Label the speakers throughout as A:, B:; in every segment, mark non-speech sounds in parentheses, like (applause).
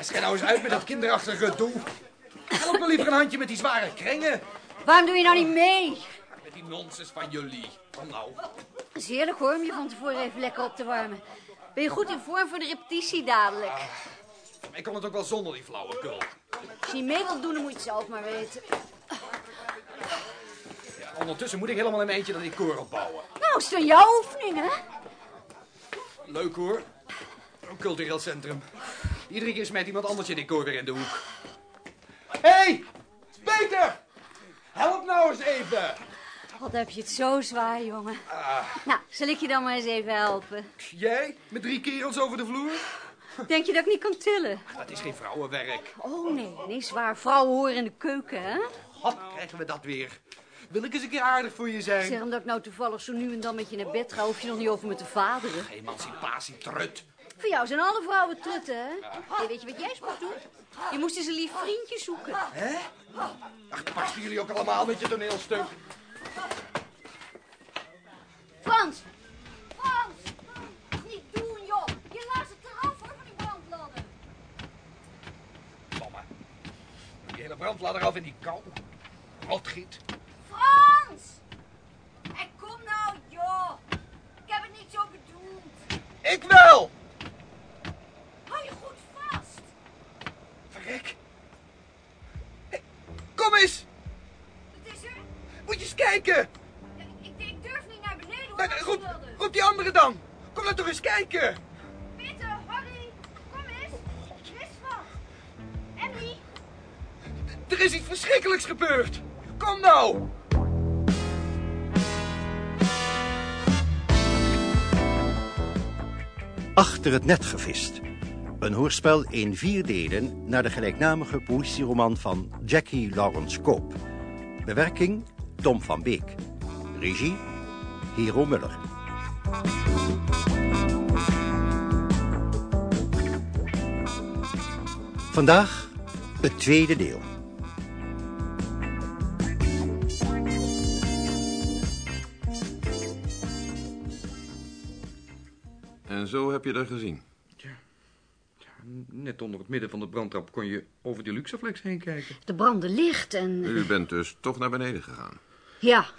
A: Schijn nou eens uit met dat kinderachtige gedoe. Help me liever een handje met die zware kringen.
B: Waarom doe je nou niet mee?
A: Met die nonsens van jullie. Kom nou.
B: Het is heerlijk hoor om je van tevoren even lekker op te warmen. Ben je goed in vorm voor de repetitie dadelijk?
A: Ik kon het ook wel zonder die flauwekul.
B: Als je niet mee wilt doen, dan moet je het zelf maar weten.
A: Ja, ondertussen moet ik helemaal in mijn eentje dat die koor opbouwen.
B: Nou, is het dan jouw oefening, hè?
A: Leuk hoor. Een cultureel centrum. Iedere keer smijt iemand anders je decor weer in de hoek. Hé! Hey, Peter! Help nou eens even!
B: Wat heb je het zo zwaar, jongen.
A: Ah,
B: Nou, zal ik je dan maar eens even helpen?
A: jij? Met drie kerels over de vloer?
B: Denk je dat ik niet kan tillen?
A: Dat is geen vrouwenwerk.
B: Oh, nee, nee, zwaar. Vrouwen horen in de keuken, hè?
A: God, krijgen we dat weer. Wil ik eens een keer aardig voor je zijn?
B: Zeg, omdat ik nou toevallig zo nu en dan met je naar bed ga, hoef je nog niet over me te vaderen.
A: Emancipatie, trut.
B: Voor jou zijn alle vrouwen trutten, hè? Hey, weet je wat jij eens moet doen? Je moest eens een lief vriendje zoeken.
A: Hè? Ach, passen jullie ook allemaal met je toneelstuk?
B: Frans!
C: Frans! Frans, Niet doen, joh! Je luistert eraf hoor van die brandladder.
A: Mama, die hele brandladder af in die kou. Rotgiet.
C: Frans! En kom nou, joh! Ik heb het niet zo bedoeld.
A: Ik wel!
C: Hou je goed vast!
A: Verrek. Hé, Kom eens!
C: Wat is er?
A: Moet je eens kijken!
C: Ja, Ik, ik durf niet naar beneden hoor.
A: Nou,
C: als je dus.
A: roep,
C: wilde.
A: roep die andere dan! Kom nou toch eens kijken!
C: Peter, Harry, kom eens. Er is wat. Emily,
A: Er is iets verschrikkelijks gebeurd! Kom nou!
D: Achter het net gevist. Een hoorspel in vier delen naar de gelijknamige poëzieroman van Jackie Lawrence Koop. Bewerking Tom van Beek. Regie Hero Muller. Vandaag het tweede deel.
E: En zo heb je dat gezien.
F: Net onder het midden van de brandtrap kon je over die luxeflex heen kijken.
B: De branden licht en...
E: U bent dus toch naar beneden gegaan.
B: Ja,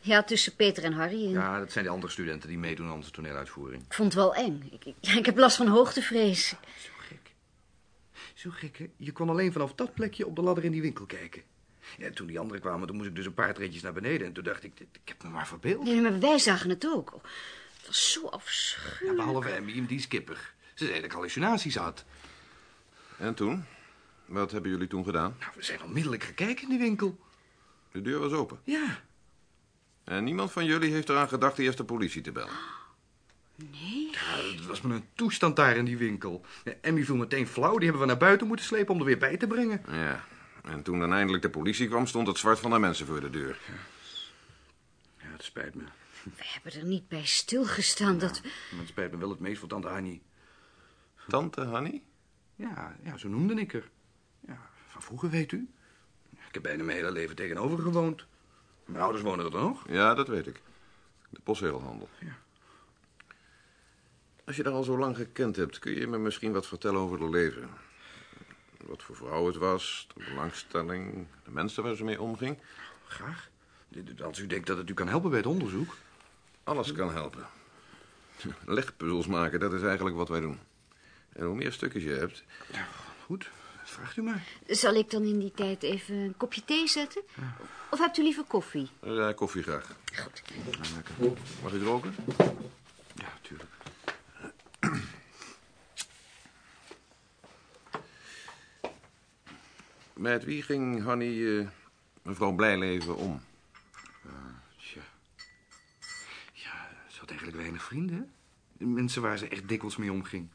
B: ja, tussen Peter en Harry. in.
F: Ja, dat zijn die andere studenten die meedoen aan onze toneeluitvoering.
B: Ik vond het wel eng. Ik, ik, ja, ik heb last van hoogtevrees.
F: Zo gek. Zo gek, hè? Je kon alleen vanaf dat plekje op de ladder in die winkel kijken. Ja, toen die anderen kwamen, toen moest ik dus een paar treetjes naar beneden. En toen dacht ik, dit- ik heb me maar verbeeld.
B: Nee, maar wij zagen het ook. Het was zo afschuwelijk.
F: Ja, behalve Emmy, die skipper. Ze zei dat ik hallucinaties had.
E: En toen? Wat hebben jullie toen gedaan?
F: Nou, we zijn onmiddellijk gekeken in die winkel.
E: De deur was open.
F: Ja.
E: En niemand van jullie heeft eraan gedacht eerst de politie te bellen.
F: Ja, Het was maar een toestand daar in die winkel. Ja, Emmy viel meteen flauw, die hebben we naar buiten moeten slepen om er weer bij te brengen.
E: Ja. En toen dan eindelijk de politie kwam, stond het zwart van de mensen voor de deur.
F: Ja, het spijt me.
B: We hebben er niet bij stilgestaan. Dat... we-
F: Maar het spijt me wel het meest voor tante Annie.
E: Tante Hanny?
F: Ja, ja, zo noemde ik haar. Ja, van vroeger, weet u. Ik heb bijna mijn hele leven tegenover gewoond. Mijn ouders wonen er nog.
E: Ja, dat weet ik. De postzegelhandel.
F: Ja.
E: Als je daar al zo lang gekend hebt, kun je me misschien wat vertellen over het leven? Wat voor vrouw het was, de belangstelling, de mensen waar ze mee omging.
F: Graag. Als u denkt dat het u kan helpen bij het onderzoek.
E: Alles kan helpen. (laughs) Legpuzzels maken, dat is eigenlijk wat wij doen. En hoe meer stukjes je hebt...
F: Goed, vraagt u maar.
B: Zal ik dan in die tijd even een kopje thee zetten? Of hebt u liever koffie?
E: eh, Ja, koffie graag.
B: Goed.
E: Mag ik roken?
F: Ja, natuurlijk.
E: Met wie ging Hanny eh, mevrouw Blijleven om?
F: Tja. Ja, ze had eigenlijk weinig vrienden. hè? De mensen waar ze echt dikwijls mee omging.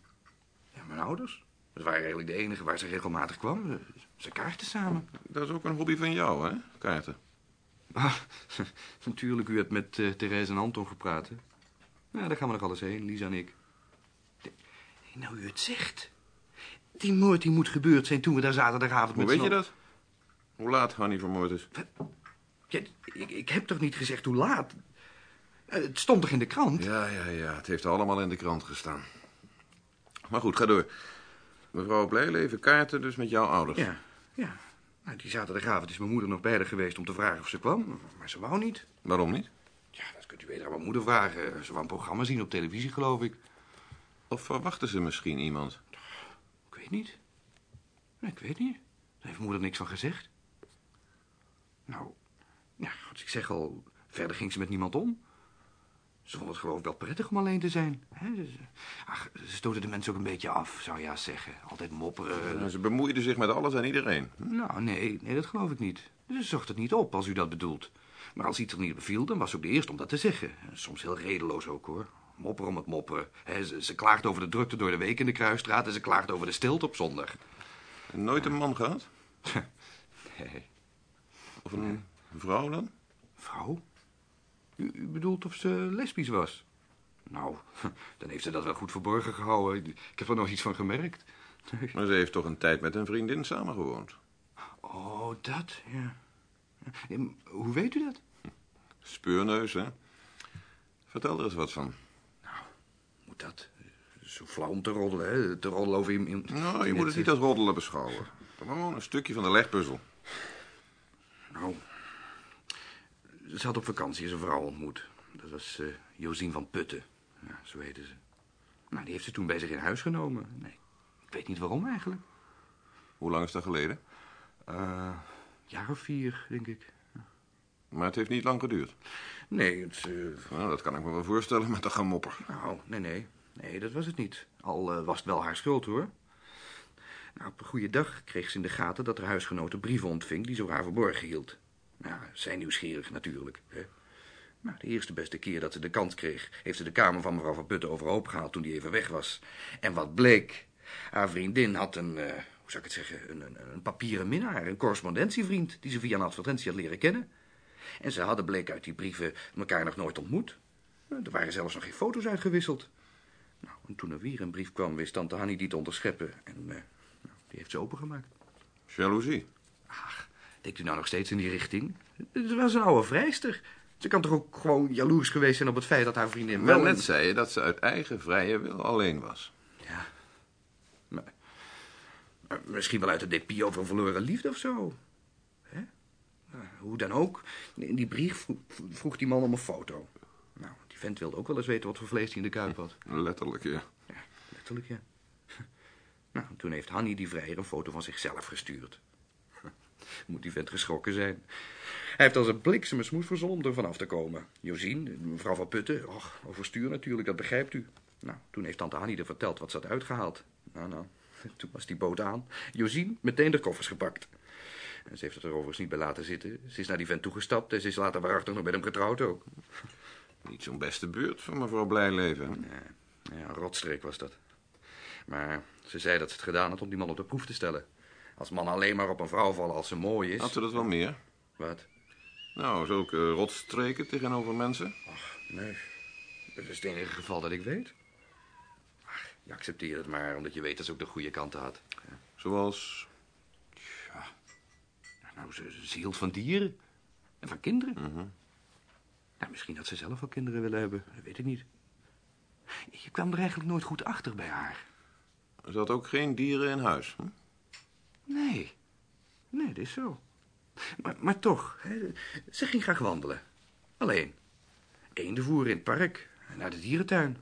F: Ja, mijn ouders. Dat waren eigenlijk de enigen waar ze regelmatig kwam. Ze, ze kaarten samen.
E: Dat is ook een hobby van jou, hè? Kaarten.
F: Ah, (laughs) natuurlijk, u hebt met eh Therese en Anton gepraat, hè? Nou, daar gaan we nog alles heen, Lisa en ik. De- nou, u het zegt. Die moord die moet gebeurd zijn toen we daar zaterdagavond
E: Hoe
F: met
E: weet
F: z'n
E: je
F: allen-
E: dat? Hoe laat Hanny vermoord is?
F: Ja, ik, ik heb toch niet gezegd hoe laat? Eh, Het stond toch in de krant?
E: Ja, ja, ja. Het heeft allemaal in de krant gestaan. Maar goed, ga door. Mevrouw Blijleven kaarten dus met jouw ouders.
F: Ja, ja. Nou, die zaterdagavond is mijn moeder nog bij haar geweest om te vragen of ze kwam. Maar ze wou niet.
E: Waarom niet?
F: Ja, dat kunt u beter aan mijn moeder vragen. Ze wou een programma zien op televisie, geloof ik.
E: Of verwachten ze misschien iemand?
F: Ik weet niet. Nee, ik weet niet. Daar heeft moeder niks van gezegd. Nou, ja, goed, ik zeg al, verder ging ze met niemand om. Ze vond het geloof ik wel prettig om alleen te zijn. Hè? Ze- ze- Ach, ze stoten de mensen ook een beetje af, zou je haast zeggen. Altijd mopperen.
E: Nou, Ze bemoeiden zich met alles en iedereen.
F: Nou, nee, nee, dat geloof ik niet. Ze zocht het niet op, als u dat bedoelt. Maar als iets er niet beviel, dan was ze ook de eerste om dat te zeggen. En Soms heel redeloos ook, hoor. Mopperen om het mopperen. Hè, ze, ze klaagt over de drukte door de week in de Kruisstraat... en ze klaagt over de stilte op zondag.
E: En nooit een man gehad?
F: (laughs) Nee.
E: Of een vrouw dan?
F: Vrouw? U, u bedoelt of ze lesbisch was? Nou, (laughs) dan heeft ze dat wel goed verborgen gehouden. Ik heb er nog iets van gemerkt.
E: Maar ze heeft toch een tijd met een vriendin samengewoond.
F: Oh, dat, ja. Ja, m- Hoe weet u dat?
E: Speurneus, hè? Vertel er eens wat van.
F: Moet dat? eh, Zo flauw om te roddelen, hè? Te roddelen over... im- im-
E: Nou, je
F: net,
E: moet het niet
F: eh,
E: als roddelen beschouwen. Gewoon een stukje van de legpuzzel.
F: Nou, ze had op vakantie eens een vrouw ontmoet. Dat was eh Josien van Putten. Ja, zo heette ze. Nou, die heeft ze toen bij zich in huis genomen. Nee, ik weet niet waarom eigenlijk.
E: Hoe lang is dat geleden?
F: Eh, jaar of vier, denk ik.
E: Maar het heeft niet lang geduurd.
F: Nee, het, eh,
E: Nou, dat kan ik me wel voorstellen met de gamopper.
F: Nou, nee, nee. Nee, dat was het niet. Al eh, was het wel haar schuld, hoor. Nou, op een goede dag kreeg ze in de gaten dat haar huisgenote brieven ontving die ze voor haar verborgen hield. Nou, zij nieuwsgierig natuurlijk. Hè? Nou, de eerste beste keer dat ze de kans kreeg, heeft ze de kamer van mevrouw Van Putten overhoop gehaald toen die even weg was. En wat bleek? Haar vriendin had een, eh, hoe zou ik het zeggen, een, een, een papieren minnaar, een correspondentievriend, die ze via een advertentie had leren kennen. En ze hadden, bleek uit die brieven, elkaar nog nooit ontmoet. Er waren zelfs nog geen foto's uitgewisseld. Nou, en toen er weer een brief kwam, wist tante Hanny die te onderscheppen. En eh, nou, die heeft ze opengemaakt.
E: Jaloezie.
F: Ach, denkt u nou nog steeds in die richting? Ze was een oude vrijster. Ze kan toch ook gewoon jaloers geweest zijn op het feit dat haar vriendin
E: Wel
F: een-
E: net zei je dat ze uit eigen vrije wil alleen was.
F: Ja. Maar, maar misschien wel uit het depio van verloren liefde of zo. Hè? Nou, Hoe dan ook. In die brief vro- vroeg die man om een foto. Nou, die vent wilde ook wel eens weten wat voor vlees hij in de kuip had.
E: Letterlijk, ja.
F: Ja, letterlijk, ja. (laughs) Nou, toen heeft Hanny die vrijer een foto van zichzelf gestuurd. (laughs) Moet die vent geschrokken zijn. Hij heeft als een bliksemsmoed verzonnen om er vanaf te komen. Josien, mevrouw van Putten, och, overstuur natuurlijk, dat begrijpt u. Nou, toen heeft tante Hanny er verteld wat ze had uitgehaald. Nou, nou, (laughs) toen was die boot aan. Josien, meteen de koffers gepakt. En ze heeft het er overigens niet bij laten zitten. Ze is naar die vent toegestapt en ze is later waarachtig nog met hem getrouwd ook.
E: Niet zo'n beste buurt van mevrouw Blijleven.
F: Ja, een rotstreek was dat. Maar ze zei dat ze het gedaan had om die man op de proef te stellen. Als mannen alleen maar op een vrouw vallen als ze mooi is.
E: Had ze dat wel meer?
F: Wat?
E: Nou, zulke eh, rotstreken tegenover mensen.
F: Nee. Dat is het enige geval dat ik weet. Ach, je accepteert het maar omdat je weet dat ze ook de goede kanten had.
E: Zoals...
F: Nou, ze, ze hield van dieren. En van kinderen. Nou, misschien had ze zelf wel kinderen willen hebben. Dat weet ik niet. Je kwam er eigenlijk nooit goed achter bij haar.
E: Ze had ook geen dieren in huis. Hm?
F: Nee. Nee, dat is zo. Maar, maar toch, hè, ze ging graag wandelen. Alleen. Eendenvoer in het park en naar de dierentuin.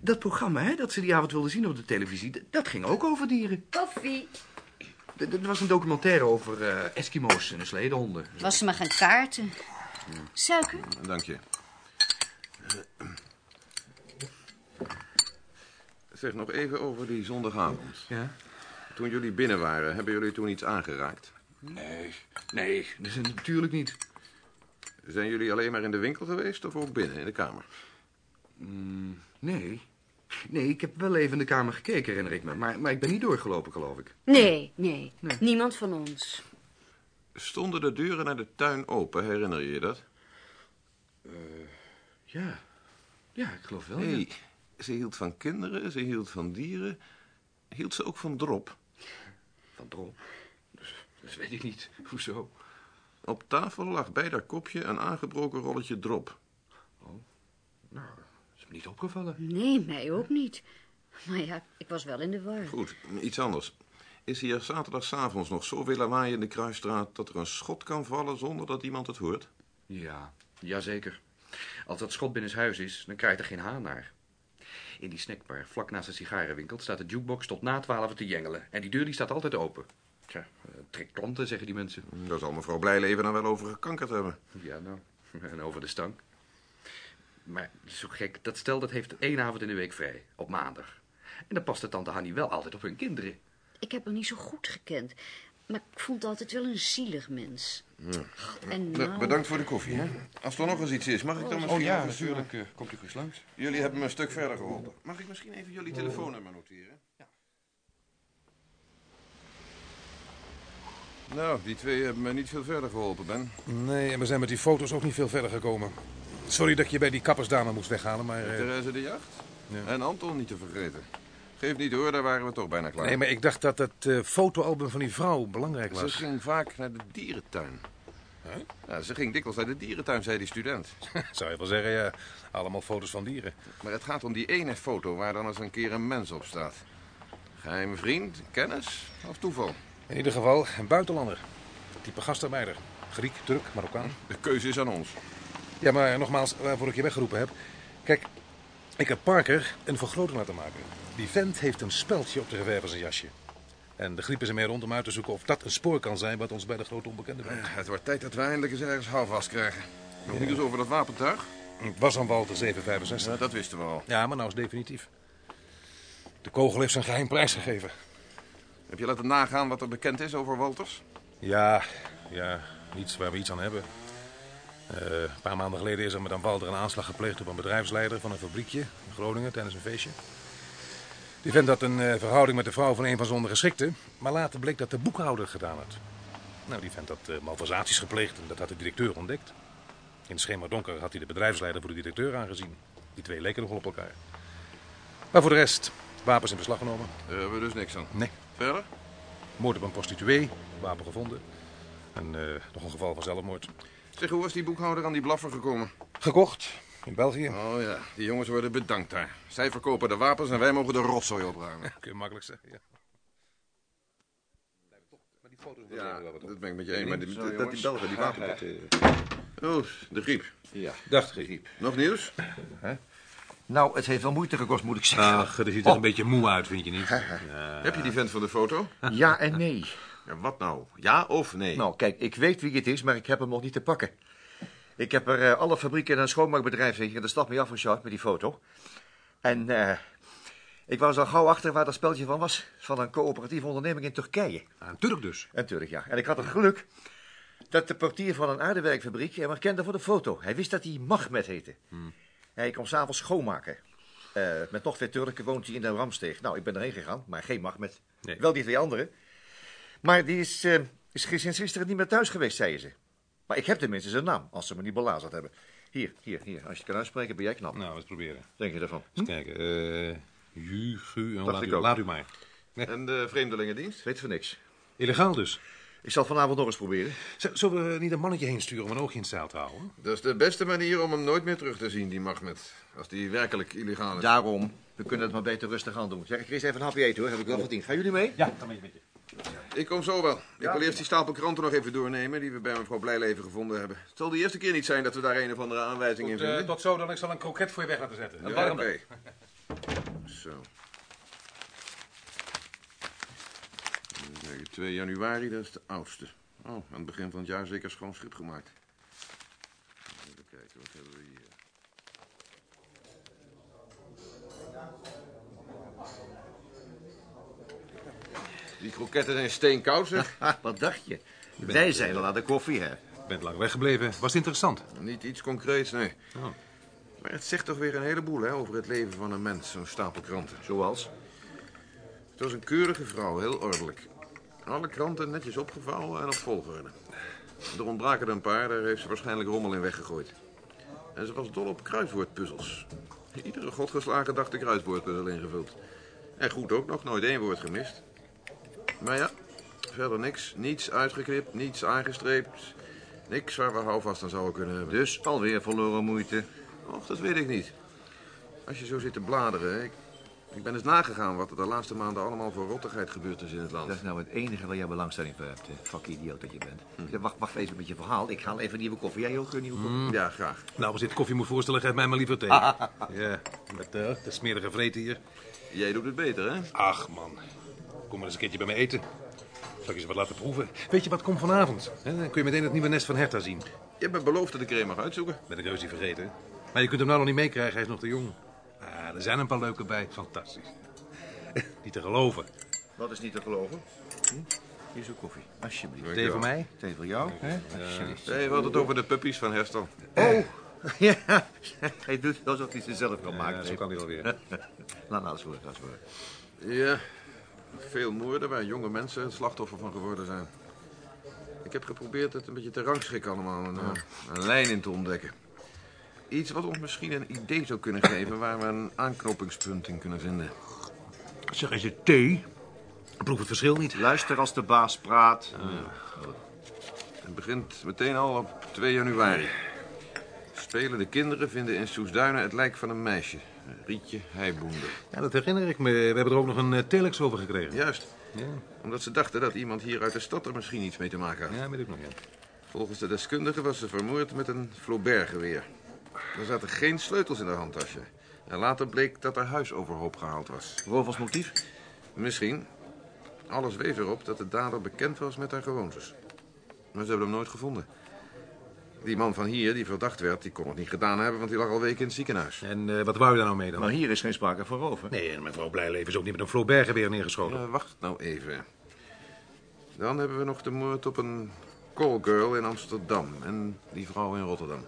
F: Dat programma hè, dat ze die avond wilde zien op de televisie, d- dat ging ook over dieren.
B: Koffie.
F: D- d- Er was een documentaire over eh, Eskimo's en sledehonden.
B: Was ze maar gaan kaarten. Suiker?
E: Dank je. Zeg, nog even over die zondagavond.
F: Ja?
E: Toen jullie binnen waren, hebben jullie toen iets aangeraakt?
F: Nee, nee, dat is natuurlijk niet.
E: Zijn jullie alleen maar in de winkel geweest of ook binnen in de kamer?
F: Nee. Nee, ik heb wel even in de kamer gekeken, herinner ik me. Maar, maar ik ben niet doorgelopen, geloof ik.
B: Nee, nee, Niemand van ons.
E: Stonden de deuren naar de tuin open, herinner je je dat?
F: Ja. Ja, ik geloof wel. ja.
E: Nee, ze hield van kinderen, ze hield van dieren. Hield ze ook van drop?
F: Van Drol? Dat weet ik niet. Hoezo?
E: Op tafel lag bij haar kopje een aangebroken rolletje drop.
F: Nou, is me niet opgevallen.
B: Nee, mij ook niet. Maar ja, ik was wel in de war.
E: Goed, iets anders. Is hier zaterdagavond nog zoveel lawaai in de Kruisstraat... dat er een schot kan vallen zonder dat iemand het hoort?
F: Ja, jazeker. Als dat schot binnenshuis is, dan krijgt er geen haan naar. In die snackbar, vlak naast de sigarenwinkel, staat de jukebox tot na twaalf te jengelen. En die deur die staat altijd open. Tja, eh, trek klanten, zeggen die mensen.
E: Daar zal mevrouw Blijleven dan wel over gekankerd hebben.
F: Ja, nou, (laughs) en over de stank. Maar zo gek, dat stel dat heeft één avond in de week vrij, op maandag. En dan past de tante Hannie wel altijd op hun kinderen.
B: Ik heb hem niet zo goed gekend. Maar ik vond altijd wel een zielig mens. God, en nou...
E: Bedankt voor de koffie, hè? Als er nog eens iets is, mag
F: Oh,
E: ik dan misschien... even-
F: eh, komt u eens langs.
E: Jullie hebben me een stuk verder geholpen. Mag ik misschien even jullie telefoonnummer noteren? Nou, die twee hebben me niet veel verder geholpen, Ben.
G: Nee, en we zijn met die foto's ook niet veel verder gekomen. Sorry dat ik je bij die kappersdame moest weghalen, maar... eh,
E: Therese de Jacht en Anton niet te vergeten. Geef niet hoor, daar waren we toch bijna klaar.
G: Nee, maar ik dacht dat dat eh, fotoalbum van die vrouw belangrijk
E: Ze
G: was.
E: ging vaak naar de dierentuin. Ja, ze ging dikwijls naar de dierentuin, zei die student.
G: (laughs) Zou je wel zeggen, ja. Allemaal foto's van dieren.
E: Maar het gaat om die ene foto waar dan eens een keer een mens op staat. Geheime vriend, kennis of toeval?
G: In ieder geval, een buitenlander. Type gastarbeider. Griek, Turk, Marokkaan.
E: De keuze is aan ons.
G: Ja, maar nogmaals, waarvoor ik je weggeroepen heb. Kijk, ik heb Parker een vergroting laten maken. Die vent heeft een speldje op de revers van zijn jasje. En de griep is ermee rond om uit te zoeken of dat een spoor kan zijn wat ons bij de grote onbekende brengt.
E: Eh, Het wordt tijd dat we eindelijk eens ergens houvast krijgen. Nog niet eens over dat wapentuig?
G: Het was aan Walter 765.
E: dat wisten we al.
G: Ja, maar nou is het definitief. De kogel heeft zijn geheim prijs gegeven.
E: Heb je laten nagaan wat er bekend is over Walters?
G: Ja, ja, niets waar we iets aan hebben. Eh, een paar maanden geleden is er met een Walter een aanslag gepleegd op een bedrijfsleider van een fabriekje in Groningen tijdens een feestje. Die vent had een eh, verhouding met de vrouw van een van zijn ondergeschikten, maar later bleek dat de boekhouder het gedaan had. Nou, die vent had eh, malversaties gepleegd en dat had de directeur ontdekt. In het schemerdonker had hij de bedrijfsleider voor de directeur aangezien. Die twee leken nogal op elkaar. Maar voor de rest, wapens in beslag genomen.
E: Daar hebben we dus niks aan.
G: Nee.
E: Verder?
G: Moord op een prostituee, wapen gevonden. En eh, nog een geval van zelfmoord.
E: Zeg, hoe was die boekhouder aan die blaffer gekomen?
G: Gekocht in België.
E: Oh ja, die jongens worden bedankt daar. Zij verkopen de wapens en wij mogen de rotzooi opruimen.
G: Kun je makkelijk zeggen, ja. Maar die foto's
E: dat ben ik met je eens. Maar die, dat die (laughs) Belgen die wapen...
H: eh,
E: Oh, de griep.
G: Dag, Griep.
E: Nog nieuws?
H: Nou, het heeft wel moeite gekost, moet ik zeggen.
I: Ach, er ziet er een beetje moe uit, vind je niet?
E: Heb je die vent van de foto?
H: Ja en nee.
E: Ja, wat nou? Ja of nee?
H: Nou, kijk, ik weet wie het is, maar ik heb hem nog niet te pakken. Ik heb er eh, alle fabrieken en schoonmaakbedrijven hier in de stad mee afgesjouwd met die foto. En eh, ik was al gauw achter waar dat speltje van was. Van een coöperatieve onderneming in Turkije.
I: Een Turk dus.
H: Natuurlijk, ja. En ik had het geluk dat de portier van een aardewerkfabriek hem herkende voor de foto. Hij wist dat hij Mahmet heette. Hij kon s'avonds schoonmaken. Eh, met nog twee Turken woont hij in de Ramsteeg. Nou, ik ben erheen gegaan, maar geen Mahmet.
I: Nee.
H: Wel die twee anderen. Maar die is, eh, is gis- sinds gisteren niet meer thuis geweest, zeiden ze. Maar ik heb tenminste zijn naam, als ze me niet belazerd hebben. Hier, hier, hier. Als je het kan uitspreken, ben jij knap.
I: Nou, eens proberen.
H: Denk je ervan?
I: Eens kijken. Eh ju, gu, en
H: Dacht
I: laat,
H: ik
I: u,
H: ook.
I: laat u maar.
E: En de vreemdelingendienst?
H: Weet van niks.
I: Illegaal dus.
H: Ik zal het vanavond nog eens proberen.
I: Z- zullen we er niet een mannetje heen sturen om een oogje in het zeil te houden?
G: Eh,
E: Dat is de beste manier om hem nooit meer terug te zien, die Mahmet. Als die werkelijk illegaal is.
H: Daarom, we kunnen het maar beter rustig aan doen. Zeg, Chris, even een hapje eten hoor. Heb ik wel verdiend. Gaan jullie mee?
I: Ja, dan met je.
E: Ik kom zo wel. Ik wil eerst die stapel kranten nog even doornemen die we bij mevrouw Blijleven gevonden hebben. Het zal de eerste keer niet zijn dat we daar een of andere aanwijzing in vinden.
G: tot zo, dan ik zal een kroket voor je weg laten zetten.
E: Ja,
G: warme.
E: oké. Zo. Even kijken, 2 januari, dat is de oudste. Oh, aan het begin van het jaar zeker schoon schip gemaakt. Even kijken, wat hebben we hier? Die kroketten zijn steenkoud, zeg.
H: Ha, Ah, wat dacht je? Wij zijn al aan de koffie, hè?
I: Je bent lang weggebleven. Was het interessant?
E: Niet iets concreets, nee.
I: Oh.
E: Maar het zegt toch weer een heleboel hè, over het leven van een mens, zo'n stapel kranten.
H: Zoals?
E: Het was een keurige vrouw, heel ordelijk. Alle kranten netjes opgevouwen en op volgorde. Er ontbraken er een paar, daar heeft ze waarschijnlijk rommel in weggegooid. En ze was dol op kruiswoordpuzzels. Iedere godgeslagen dag de kruiswoordpuzzel ingevuld. En goed ook nog, nooit één woord gemist. Maar ja, verder niks. Niets uitgeknipt, niets aangestreept. Niks waar we houvast aan zouden kunnen hebben.
H: Dus alweer verloren moeite.
E: Och, dat weet ik niet. Als je zo zit te bladeren, hè, ik Ik ben eens nagegaan wat er de laatste maanden allemaal voor rottigheid gebeurd is in het land.
F: Dat is nou het enige waar jij belangstelling voor hebt. eh, Fuck idioot dat je bent.
E: Hm.
F: Ja, Wacht, wacht even met je verhaal. Ik haal even een nieuwe koffie. Jij ook een nieuwe koffie?
E: Ja, graag.
G: Nou, als je dit koffie moet voorstellen, geef mij maar liever (laughs) thee. Ja, met eh, dat smerige vreten hier.
E: Jij doet het beter, hè?
G: Ach, man. Kom maar eens een keertje bij me eten. Zal ik je ze wat laten proeven? Weet je wat komt vanavond? hè? Dan kun je meteen het nieuwe nest van Hertha zien.
E: Je hebt beloofd dat ik er een mag uitzoeken.
G: Ben ik heus niet vergeten. Maar je kunt hem nou nog niet meekrijgen, hij is nog te jong. Ah, er zijn een paar leuke bij. Fantastisch. (laughs) niet te geloven.
F: Dat is niet te geloven. Hm? Hier is een koffie. Alsjeblieft.
G: Thee voor mij?
F: Thee voor jou. hè?
E: Hé, we hadden het over de puppies van Herstel.
F: Ja, (laughs) hij doet alsof hij ze zelf kan
G: Ja,
F: maken.
G: zo kan hij alweer.
F: Laat nou eens horen, laat eens horen.
E: Ja, veel moorden waar jonge mensen het slachtoffer van geworden zijn. Ik heb geprobeerd het een beetje te rangschikken allemaal, een, eh, een lijn in te ontdekken. Iets wat ons misschien een idee zou kunnen geven waar we een aanknopingspunt in kunnen vinden.
G: (laughs) Zeg, is het thee? Ik proef het verschil niet.
F: Luister als de baas praat.
E: Het begint meteen al op 2 januari. Spelende kinderen vinden in Soesduinen het lijk van een meisje. Rietje Heiboende.
G: Ja, dat herinner ik me. We hebben er ook nog een eh, telex over gekregen.
E: Juist,
G: Ja,
E: omdat ze dachten dat iemand hier uit de stad er misschien iets mee te maken had.
G: ja weet ik nog, ja.
E: Volgens de deskundige was ze vermoord met een Flaubert-geweer. Er zaten geen sleutels in haar handtasje. En later bleek dat haar huis overhoop gehaald was.
F: Roof als motief?
E: Misschien. Alles wees erop dat de dader bekend was met haar gewoontes. Maar ze hebben hem nooit gevonden. Die man van hier, die verdacht werd, die kon het niet gedaan hebben... want die lag al weken in het ziekenhuis.
G: En eh, wat wou je daar nou mee dan?
F: Maar hier is geen sprake van roof, hè?
G: Nee, en mevrouw Blijleven is ook niet met een Flaubert weer neergeschoten.
E: Eh, wacht nou even. Dan hebben we nog de moord op een callgirl in Amsterdam... en die vrouw in Rotterdam.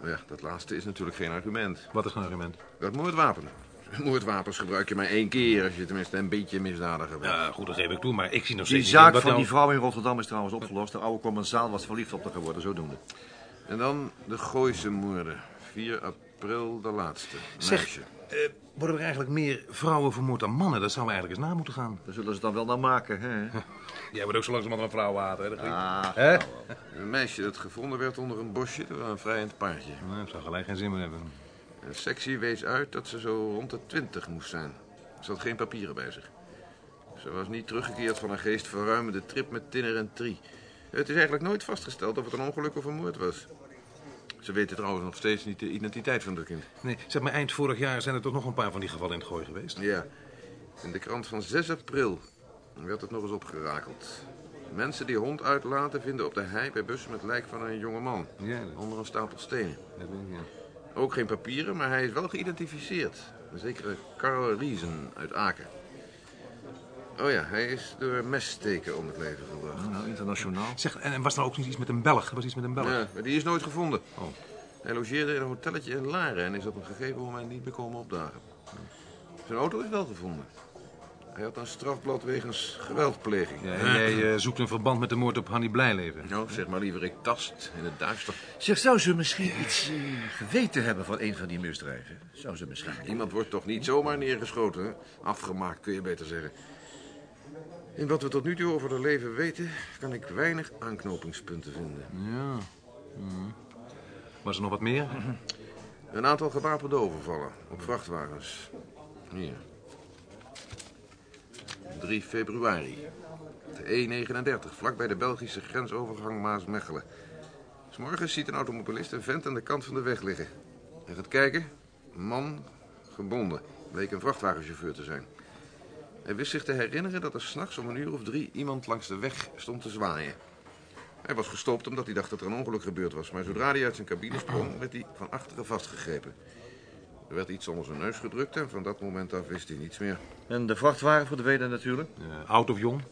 E: Maar ja, dat laatste is natuurlijk geen argument.
G: Wat is een argument?
E: Dat moordwapen. (laughs) Moordwapens gebruik je maar één keer als je tenminste een beetje misdadiger bent.
G: Ja, Eh, goed, dat geef ik toe, maar ik zie nog
F: Die
G: steeds
F: zaak
G: niet in
F: van
G: wat
F: die
G: nou-
F: vrouw in Rotterdam is trouwens opgelost. De oude commensaal was verliefd op haar geworden, zodoende.
E: En dan de Gooise moorden. 4 april de laatste.
G: Zeg,
E: Meisje.
G: eh, worden er eigenlijk meer vrouwen vermoord dan mannen? Dat zou we eigenlijk eens na moeten gaan.
F: Daar zullen ze dan wel naar maken, hè?
G: (laughs) Jij wordt ook zo langzamerhand een vrouw haten, hè? Dat
F: Ah,
G: Hè?
E: Een meisje dat gevonden werd onder een bosje door een vrijend paardje.
G: Nou, ik zou gelijk geen zin meer hebben.
E: Een sectie wees uit dat ze zo rond de 20 moest zijn. Ze had geen papieren bij zich. Ze was niet teruggekeerd van een geestverruimende trip met Tinner en Tri. Het is eigenlijk nooit vastgesteld of het een ongeluk of een moord was. Ze weten trouwens nog steeds niet de identiteit van dat kind.
G: Nee, zeg maar, eind vorig jaar zijn er toch nog een paar van die gevallen in het gooi geweest.
E: Ja, in de krant van 6 april werd het nog eens opgerakeld. Mensen die hond uitlaten vinden op de hei bij bussen het lijk van een jongeman.
G: Ja, dat-
E: Onder een stapel stenen.
G: Dat weet ik, ja.
E: Ook geen papieren, maar hij is wel geïdentificeerd. Een zekere Karl Riesen uit Aken. Oh ja, hij is door messteken om het leven gebracht.
F: nou, internationaal.
G: Zeg, en en was er ook niet iets met een Belg? Er was iets met een Belg.
E: Ja, maar die is nooit gevonden.
G: Oh.
E: Hij logeerde in een hotelletje in Laren en is op een gegeven moment niet meer komen opdagen. Zijn auto is wel gevonden. Hij had een strafblad wegens geweldpleging.
G: Ja, en jij eh, zoekt een verband met de moord op Hanny Blijleven.
E: Nou, zeg maar liever, ik tast in het duister.
F: Zeg, zou ze misschien iets eh, geweten hebben van een van die misdrijven? Zou ze misschien...
E: Iemand wordt toch niet zomaar neergeschoten, hè? Afgemaakt, kun je beter zeggen. In wat we tot nu toe over haar leven weten, kan ik weinig aanknopingspunten vinden.
G: Was er nog wat meer?
E: Een aantal gewapende overvallen op vrachtwagens. Hier. 3 februari. De E39, vlakbij de Belgische grensovergang Maasmechelen. 's Morgens ziet een automobilist een vent aan de kant van de weg liggen. Hij gaat kijken. Een Man, gebonden. Bleek een vrachtwagenchauffeur te zijn. Hij wist zich te herinneren dat er s'nachts om een uur of drie iemand langs de weg stond te zwaaien. Hij was gestopt omdat hij dacht dat er een ongeluk gebeurd was. Maar zodra hij uit zijn cabine sprong, werd hij van achteren vastgegrepen. Er werd iets onder zijn neus gedrukt en van dat moment af wist hij niets meer.
F: En de vrachtwagen verdwenen natuurlijk.
G: Eh, oud of jong?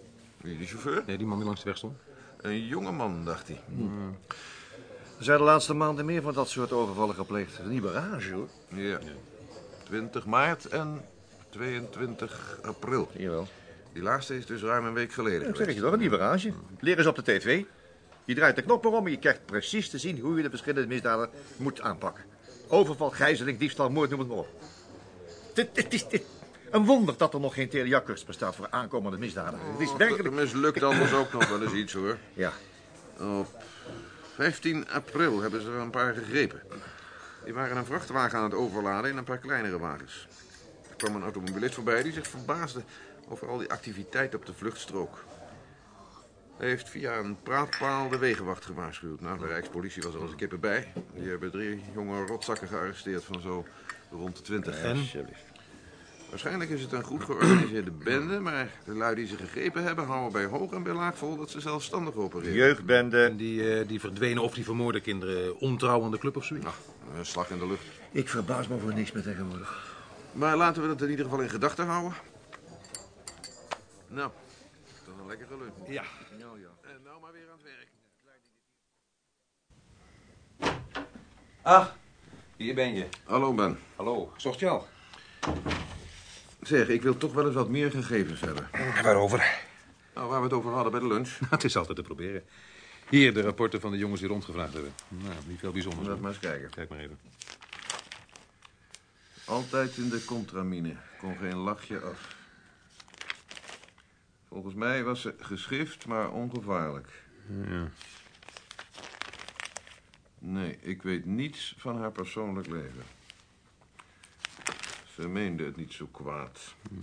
E: Wie, de chauffeur?
G: Nee, die man die langs de weg stond.
E: Een jongeman, dacht hij.
F: Er zijn de laatste maanden meer van dat soort overvallen gepleegd. Een nieuwe rage, hoor.
E: Ja. 20 maart en 22 april.
F: Jawel.
E: Die laatste is dus ruim een week geleden
F: Ik zeg
E: geweest.
F: je toch, een nieuwe rage. Leer eens op de tv. Je draait de knop maar om en je krijgt precies te zien hoe je de verschillende misdaden moet aanpakken. Overval, gijzeling, diefstal, moord, noem het maar op. Dit, dit is dit. Een wonder dat er nog geen telejakkers bestaat voor aankomende misdaden. Het is
E: Er
F: werkelijk...
E: mislukt anders ook nog wel eens iets hoor.
F: Ja,
E: Op 15 april hebben ze er een paar gegrepen. Die waren een vrachtwagen aan het overladen in een paar kleinere wagens. kwam een automobilist voorbij die zich verbaasde over al die activiteit op de vluchtstrook. Hij heeft via een praatpaal de wegenwacht gewaarschuwd. Nou, de Rijkspolitie was er als een kippen bij. Die hebben drie jonge rotzakken gearresteerd van zo rond de twintig. Waarschijnlijk is het een goed georganiseerde bende, maar de lui die ze gegrepen hebben houden bij hoog en bij laag vol dat ze zelfstandig opereren.
H: Jeugdbende.
I: Die, eh, die verdwenen of die vermoorde
G: eh,
I: kinderen ontrouw aan de club of zoiets.
F: Nou,
E: Ach, een slag in de lucht.
H: Ik verbaas me voor niks meer tegenwoordig.
E: Maar laten we dat in ieder geval in gedachten houden. Nou, dat is een lekkere lunch. Ja. En nou maar weer aan het werk.
F: Ah, hier ben je.
E: Hallo Ben.
F: Hallo. Zocht je al?
E: Zeg, ik wil toch wel eens wat meer gegevens hebben.
F: Waarover?
E: Nou, waar we het over hadden bij de lunch.
I: (laughs) Het is altijd te proberen. Hier de rapporten van de jongens die rondgevraagd hebben. Nou, niet veel bijzonders.
E: Laat
I: hoor.
E: maar eens kijken.
I: Kijk maar even.
E: Altijd in de contramine. Kon geen lachje af. Volgens mij was ze geschrift, maar ongevaarlijk.
I: Ja.
E: Nee, ik weet niets van haar persoonlijk leven. Ze meende het niet zo kwaad.
I: Hmm.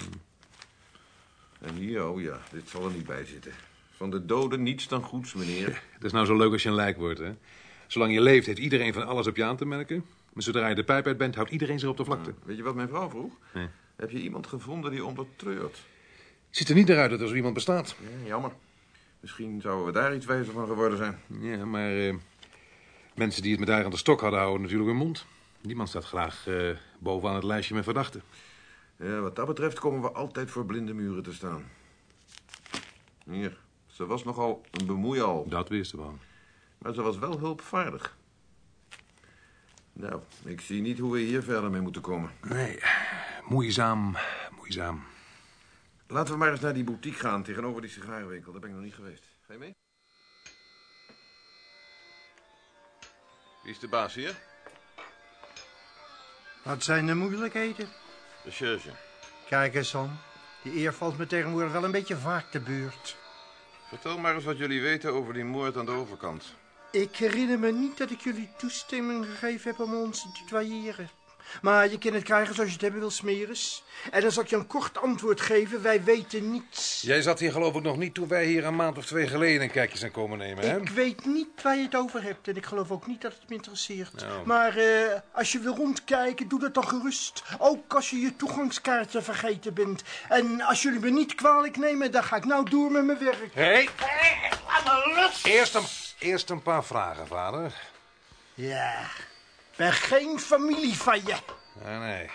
E: En hier, oh ja, dit zal er niet bij zitten. Van de doden niets dan goeds, meneer.
I: Het is nou zo leuk als je een lijk wordt, hè? Zolang je leeft, heeft iedereen van alles op je aan te merken. Maar zodra je de pijp uit bent, houdt iedereen zich op de vlakte.
E: Weet je wat mijn vrouw vroeg?
I: Nee.
E: Heb je iemand gevonden die ondertreurt?
I: Ziet er niet naar uit dat er zo iemand bestaat.
E: Ja, Hm, jammer. Misschien zouden we daar iets wijzer van geworden zijn.
I: Ja, maar eh, mensen die het met haar aan de stok hadden, houden natuurlijk hun mond. Die man staat graag eh, bovenaan het lijstje met verdachten.
E: Ja, wat dat betreft komen we altijd voor blinde muren te staan. Hier, ze was nogal een bemoeial.
I: Dat wisten we al.
E: Maar ze was wel hulpvaardig. Nou, ik zie niet hoe we hier verder mee moeten komen.
I: Nee, moeizaam, moeizaam.
E: Laten we maar eens naar die boutique gaan tegenover die sigarenwinkel. Daar ben ik nog niet geweest. Ga je mee? Wie is de baas hier?
J: Wat zijn de moeilijkheden?
E: De Serge.
J: Kijk eens om. Die eer valt me tegenwoordig wel een beetje vaak te beurt.
E: Vertel maar eens wat jullie weten over die moord aan de overkant.
J: Ik herinner me niet dat ik jullie toestemming gegeven heb om ons te tutoyeren. Maar je kan het krijgen zoals je het hebben wil, Smeres. En dan zal ik je een kort antwoord geven. Wij weten niets.
G: Jij zat hier geloof ik nog niet toen wij hier een maand of twee geleden een kijkje zijn komen nemen, hè?
J: Ik weet niet waar je het over hebt en ik geloof ook niet dat het me interesseert.
G: Nou.
J: Maar eh, als je wil rondkijken, doe dat dan gerust. Ook als je je toegangskaarten vergeten bent. En als jullie me niet kwalijk nemen, dan ga ik nou door met mijn werk.
G: Hé! Eerst een, eerst een paar vragen, vader.
J: Ja, ik ben geen familie van je.
G: Ah, nee.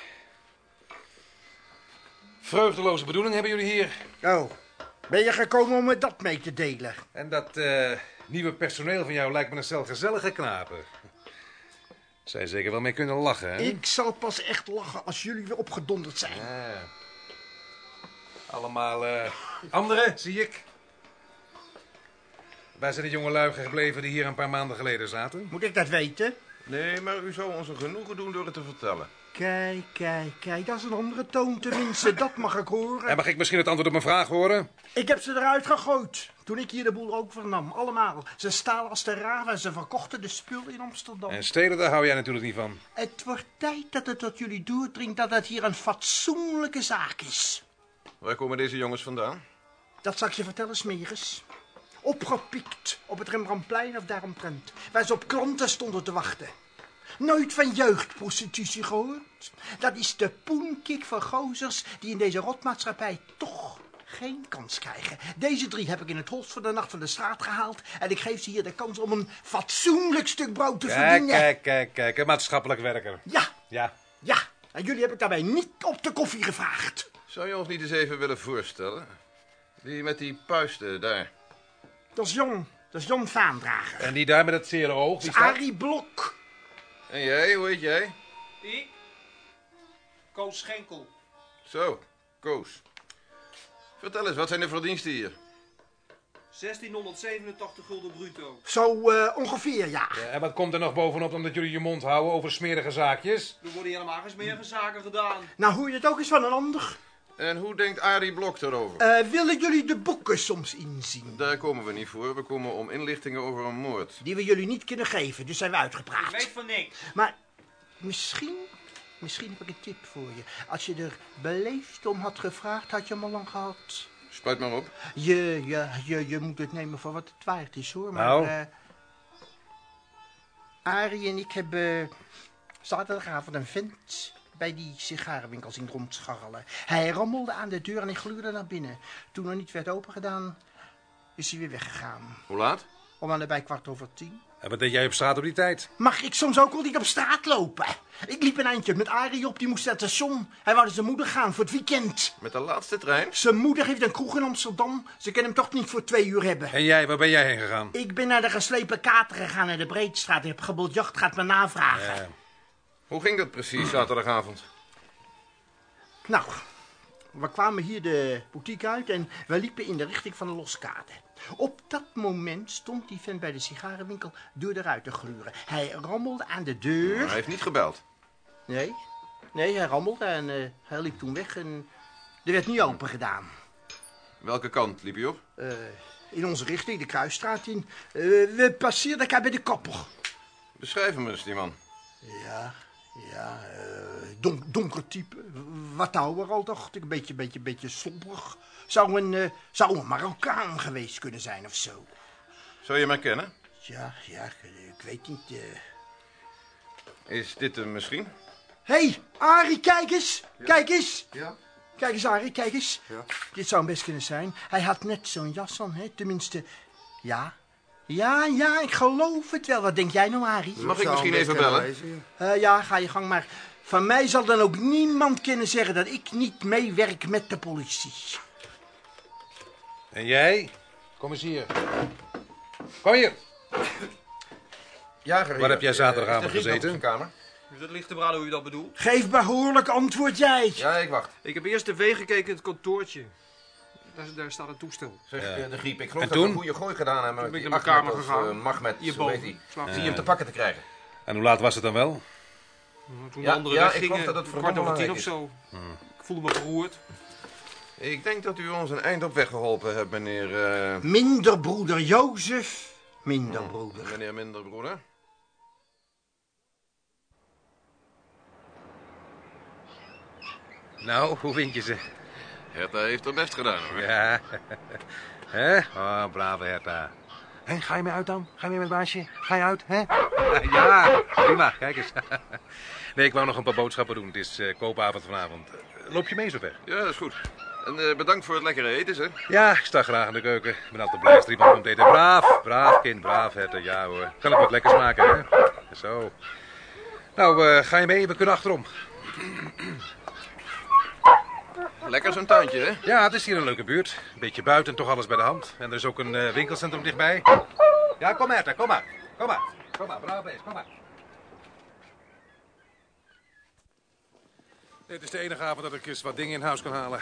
G: Vreugdeloze bedoeling hebben jullie hier.
J: Oh, ben je gekomen om me dat mee te delen?
G: En dat eh, nieuwe personeel van jou lijkt me een stel gezellige knapen. Zij zeker wel mee kunnen lachen, hè?
J: Ik zal pas echt lachen als jullie weer opgedonderd zijn.
G: Ah. Allemaal eh anderen, zie ik. Waar zijn de jongelui gebleven die hier een paar maanden geleden zaten?
J: Moet ik dat weten?
E: Nee, maar u zou ons een genoegen doen door het te vertellen.
J: Kijk, kijk, kijk, dat is een andere toon (laughs) tenminste. Dat mag ik horen.
G: En mag ik misschien het antwoord op mijn vraag horen?
J: Ik heb ze eruit gegooid. Toen ik hier de boel ook vernam. Allemaal. Ze stalen als de raven en ze verkochten de spul in Amsterdam.
G: En stelen, daar hou jij natuurlijk niet van.
J: Het wordt tijd dat het tot jullie doordringt dat het hier een fatsoenlijke zaak is.
E: Waar komen deze jongens vandaan?
J: Dat zal ik je vertellen, Smeres. Opgepikt op het Rembrandtplein of daaromtrent. Waar ze op klanten stonden te wachten. Nooit van jeugdprostitutie gehoord. Dat is de poenkik van gozers die in deze rotmaatschappij toch geen kans krijgen. Deze drie heb ik in het holst van de nacht van de straat gehaald. En ik geef ze hier de kans om een fatsoenlijk stuk brood te
G: Kijk,
J: verdienen.
G: kijk, kijk, kijk. Een maatschappelijk werker.
J: Ja,
G: Ja.
J: ja. En jullie heb ik daarbij niet op de koffie gevraagd.
E: Zou je ons niet eens even willen voorstellen? Die met die puisten daar.
J: Dat is Jan. Dat is Jan Vaandrager.
G: En die daar met het zere oog, die staat...
J: Arie Blok.
E: En jij, hoe heet jij?
K: Ik? Koos Schenkel.
E: Zo, Koos. Vertel eens, wat zijn de verdiensten hier?
K: 1687 gulden bruto.
J: Zo eh, ongeveer, ja.
G: Ja, En wat komt er nog bovenop omdat jullie je mond houden over smerige zaakjes?
K: Er worden helemaal geen smerige zaken gedaan.
J: Nou, hoor je het ook eens van een ander?
E: En hoe denkt Arie Blok daarover?
J: Eh, willen jullie de boeken soms inzien?
E: Daar komen we niet voor. We komen om inlichtingen over een moord.
J: Die we jullie niet kunnen geven, dus zijn we
K: Ik weet
J: uitgepraat.
K: van niks.
J: Maar misschien Misschien heb ik een tip voor je. Als je er beleefd om had gevraagd, had je hem al lang gehad.
E: Spuit maar op.
J: Je, je, je, je moet het nemen voor wat het waard is, hoor. Maar,
E: Nou?
J: eh, Arie en ik hebben zaterdagavond een vent bij die sigarenwinkel zien rondscharrelen. Hij rammelde aan de deur en ik gluurde naar binnen. Toen er niet werd opengedaan, is hij weer weggegaan.
G: Hoe laat?
J: Om aan de bij kwart over tien.
G: En wat deed jij op straat op die tijd?
J: Mag ik soms ook al niet op straat lopen? Ik liep een eindje met Arie op, die moest naar het station. Hij wou naar zijn moeder gaan voor het weekend.
E: Met de laatste trein?
J: Zijn moeder heeft een kroeg in Amsterdam. Ze kunnen hem toch niet voor twee uur hebben.
G: En jij, waar ben jij heen gegaan?
J: Ik ben naar de geslepen kater gegaan naar de Breedstraat. Ik heb gebiljacht, gaat me navragen.
E: Hoe ging dat precies zaterdagavond?
J: Nou, we kwamen hier de boutique uit en we liepen in de richting van de loskade. Op dat moment stond die vent bij de sigarenwinkel door de ruit te gluren. Hij rammelde aan de deur.
E: Hij heeft niet gebeld.
J: Nee, nee, hij rammelde en eh, hij liep toen weg en er werd niet open gedaan.
E: Welke kant liep je op?
J: Eh, in onze richting, de Kruisstraat in. Eh, we passeerden elkaar bij de kapper.
E: Beschrijf hem eens, die man.
J: Ja, ja, eh, don- donker type. Wat ouder al, dacht ik. Een beetje, beetje, beetje somber. Zou een, eh, zou een Marokkaan geweest kunnen zijn of zo.
E: Zou je hem herkennen?
J: Ja, ja, ik, ik weet niet. eh.
E: Is dit hem misschien?
J: hey, Arie, kijk eens! Kijk eens! Kijk eens, Arie, kijk eens.
E: Ja.
J: Dit zou hem best kunnen zijn. Hij had net zo'n jas aan, hè? Tenminste, ja. Ja, ja, ik geloof het wel. Wat denk jij nou, Arie?
E: Mag ik misschien even bellen?
J: Eh, ja, ga je gang maar. Van mij zal dan ook niemand kunnen zeggen dat ik niet meewerk met de politie.
G: En jij? Kom eens hier. Kom hier.
E: Jager. Eh,
G: Waar heb jij zaterdagavond gezeten?
E: kamer?
K: Dat ligt te braden hoe je dat bedoelt.
J: Geef behoorlijk antwoord jij.
E: Ja, ik wacht.
K: Ik heb eerst tv gekeken in het kantoortje. Daar, daar staat een toestel.
E: Zeg, eh, de griep. Ik
G: En
E: geloof dat
G: toen?
E: we een goede gooi gedaan hebben
K: Toen
E: met
K: ben ik
E: die
K: naar mijn
E: Ahmed
K: kamer
E: of
K: gegaan.
E: eh, Mahmet, zo
K: Hierboven.
E: heet hij.
K: Slaap.
E: Zie hem te pakken te krijgen.
G: En hoe laat was het dan wel?
K: Toen
E: Ja,
K: de anderen
E: ja, ik
K: weggingen,
E: geloof dat het
K: om
E: verdomd
K: kwart over tien of
E: belangrijk Hmm.
K: zo. Ik voelde me geroerd.
E: Ik denk dat u ons een eind op weg geholpen hebt, meneer... eh,
J: Minder broeder Jozef, minder broeder.
E: Meneer Minderbroeder.
G: Nou, hoe vind je ze?
E: Hertha heeft haar best gedaan, hoor.
G: Ja. (laughs) Hè? Oh, brave Herta. Hé, ga je mee uit dan? Ga je mee met baasje? Ga je uit, hè? (laughs) Ja, prima. Kijk eens. (laughs) Nee, ik wou nog een paar boodschappen doen. Het is eh, koopavond vanavond. Loop je mee zo ver?
E: Ja, is goed. En eh, bedankt voor het lekkere eten, zeg.
G: Ja, ik sta graag in de keuken. Ik ben altijd blij als er iemand komt eten. Braaf, braaf kind, braaf Herta. Ja hoor. Kan ik wat lekkers maken, hè? Zo. Nou, eh, ga je mee? We kunnen achterom.
E: Lekker zo'n tuintje, hè?
G: Ja, het is hier een leuke buurt. Beetje buiten, toch alles bij de hand. En er is ook een eh, winkelcentrum dichtbij. Ja, kom Herta, kom maar. Kom maar. Kom maar, braaf beest, kom maar. Dit is de enige avond dat ik eens wat dingen in huis kan halen.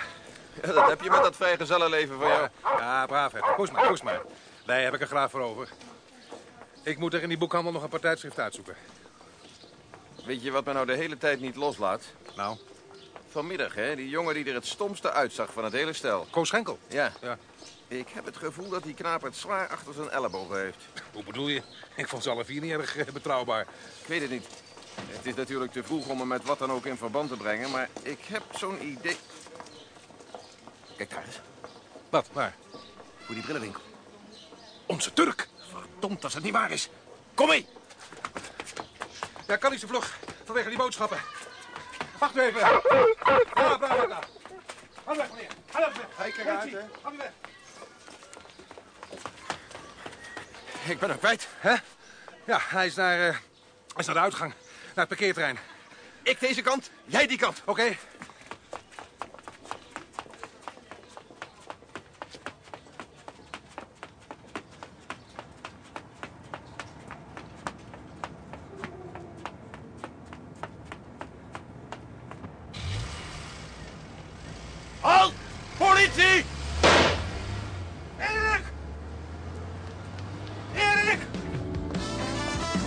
E: Ja, dat heb je met dat vrijgezellenleven van jou.
G: Ja, braaf Herta. Koos maar, koos maar. Daar heb ik er graag voor over. Ik moet er in die boekhandel nog een paar tijdschriften uitzoeken.
E: Weet je wat me nou de hele tijd niet loslaat?
G: Nou?
E: Vanmiddag, hè? Die jongen die er het stomste uitzag van het hele stel.
G: Koos Schenkel?
E: Ja.
G: Ja.
E: Ik heb het gevoel dat die knaap het zwaar achter zijn ellebogen heeft.
G: Hoe bedoel je? Ik vond ze alle vier niet erg eh, betrouwbaar.
E: Ik weet het niet. Het is natuurlijk te vroeg om hem met wat dan ook in verband te brengen, maar ik heb zo'n idee. Kijk daar eens.
G: Wat? Waar?
E: Voor die brillenwinkel.
G: Onze Turk! Verdomd als het niet waar is. Kom mee! Ja, kan niet zo vlug. Vanwege die boodschappen. Wacht even. Ja, braaf, braaf. Ga weg, meneer. Ga weg.
E: Hij kijkt
G: Politie,
E: uit, hè?
G: Ga nu weg.
E: Ik ben hem kwijt.
G: Hè? Ja, hij is naar, eh, hij is naar de uitgang. Naar het parkeerterrein.
E: Ik deze kant, jij die kant.
G: Oké.
L: Halt! Politie! Erik! Erik!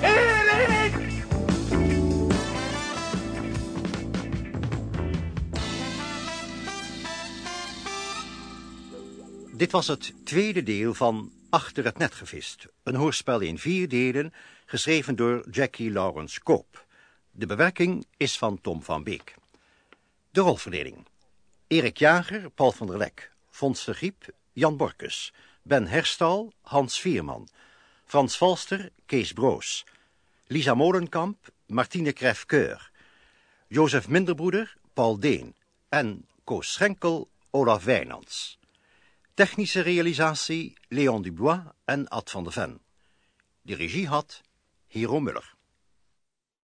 L: Erik!
D: Dit was het tweede deel van Achter het net gevist, een hoorspel in vier delen, geschreven door Jackie Lawrence Koop. De bewerking is van Tom van Beek. De rolverdeling. Erik Jager, Paul van der Lek. Fons de Griep, Jan Borkus. Ben Herstal, Hans Vierman. Frans Valster, Kees Broos. Lisa Molenkamp, Martine Krefkeur. Jozef Minderbroeder, Paul Deen. En Koos Schenkel, Olaf Wijnands. Technische realisatie Leon Dubois en Ad van de Ven. De regie had Hero Muller.